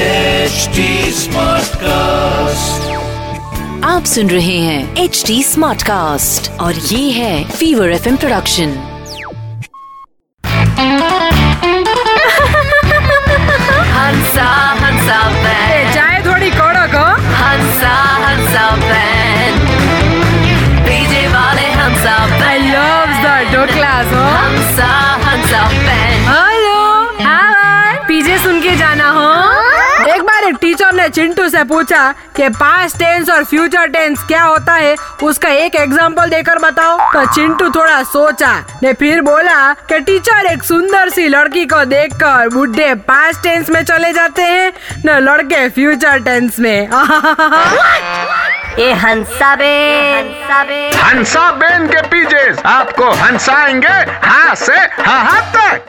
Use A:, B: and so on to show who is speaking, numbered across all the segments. A: H smart cast
B: आप सुन रहे हैं एच डी स्मार्ट कास्ट और ये है फीवर एफ प्रोडक्शन हंसा हंसा बैंड
C: चाय थोड़ी कौड़ो को
B: हंसा हंसा बैंड डीजे वाले हंसा
C: आई लव द ढोकलास हो
B: हंसा हंसा बैंड
C: हेलो हाय पीजे सुन के जाना हो एक बार एक टीचर ने चिंटू से पूछा कि पास्ट टेंस और फ्यूचर टेंस क्या होता है उसका एक एग्जांपल देकर बताओ तो चिंटू थोड़ा सोचा ने फिर बोला कि टीचर एक सुंदर सी लड़की को देखकर बुढ़े पास्ट टेंस में चले जाते हैं न लड़के फ्यूचर टेंस में
B: ये हंसा बे हंसा बे
D: हंसा बेन के पीजे आपको हंसाएंगे हाँ से हाँ हाँ तक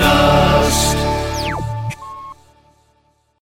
A: कास्ट